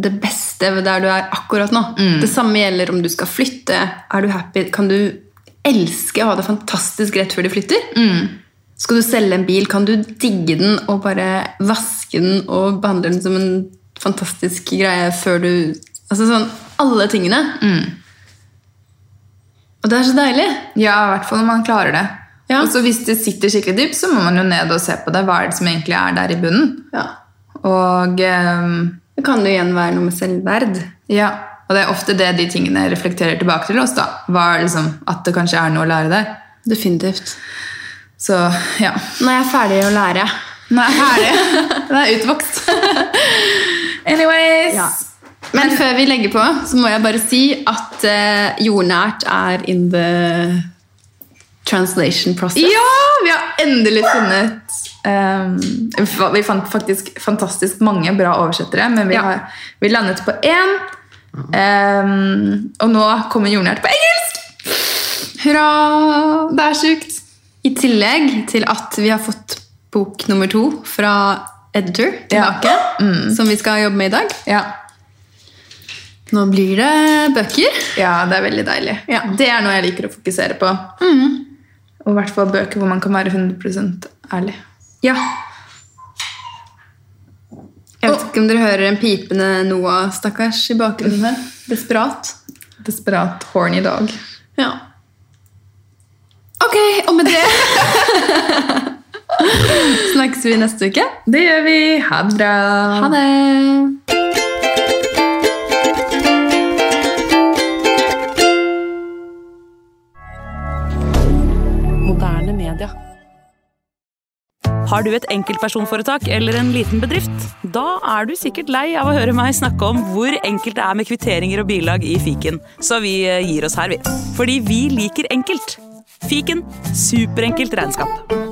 [SPEAKER 4] det beste ved der du er akkurat nå. Det samme gjelder om du skal flytte. Er du happy? Kan du elske å ha det fantastisk rett før du flytter? Skal du selge en bil, kan du digge den og bare vaske den og behandle den som en fantastisk greie før du Altså sånn alle tingene. Og det er så deilig.
[SPEAKER 3] Ja, i hvert fall når man klarer det.
[SPEAKER 4] Ja.
[SPEAKER 3] Og så Hvis det sitter skikkelig dypt, så må man jo ned og se på det. Hva er det som egentlig er der i bunnen? Og ehm,
[SPEAKER 4] Det kan jo igjen være noe med selvverd.
[SPEAKER 3] ja, og det er ofte det de tingene reflekterer tilbake til oss. da. Hva er liksom, At det kanskje er noe å lære der.
[SPEAKER 4] Definitivt.
[SPEAKER 3] Så ja.
[SPEAKER 4] Nå er jeg ferdig å lære.
[SPEAKER 3] Nei, herlig. Den er utvokst. Anyways.
[SPEAKER 4] Men, før vi legger på, så må jeg bare si at eh, jordnært er in the translation process.
[SPEAKER 3] Ja, vi har endelig funnet ehm, fa- Vi fant faktisk fantastisk mange bra oversettere, men vi,
[SPEAKER 4] Ja.
[SPEAKER 3] har, vi landet på én. Ehm, og nå kommer jordnært på engelsk! Hurra! Det er sjukt.
[SPEAKER 4] I tillegg til at vi har fått bok nummer to fra editor
[SPEAKER 3] Ja.
[SPEAKER 4] tilbake, som vi skal jobbe med i dag.
[SPEAKER 3] Ja.
[SPEAKER 4] Nå blir det bøker.
[SPEAKER 3] ja, Mm. det er veldig deilig.
[SPEAKER 4] Ja.
[SPEAKER 3] Det er noe jeg liker å fokusere på. Og i hvert fall bøker hvor man kan være 100 ærlig.
[SPEAKER 4] Ja. Jeg vet ikke om dere hører en pipende Noah, stakkars, i bakgrunnen her. Desperat.
[SPEAKER 3] Desperat horny dog.
[SPEAKER 4] Ja. Ok, og med det Snakkes vi neste uke.
[SPEAKER 3] Det gjør vi. Ha det bra.
[SPEAKER 4] Ha det!
[SPEAKER 5] Moderne media.
[SPEAKER 6] Har du et enkeltpersonforetak eller en liten bedrift? Da er du sikkert lei av å høre meg snakke om hvor enkelt det er med kvitteringer og bilag i fiken, så vi eh, gir oss her, vi. Fordi vi liker enkelt. Fiken superenkelt regnskap.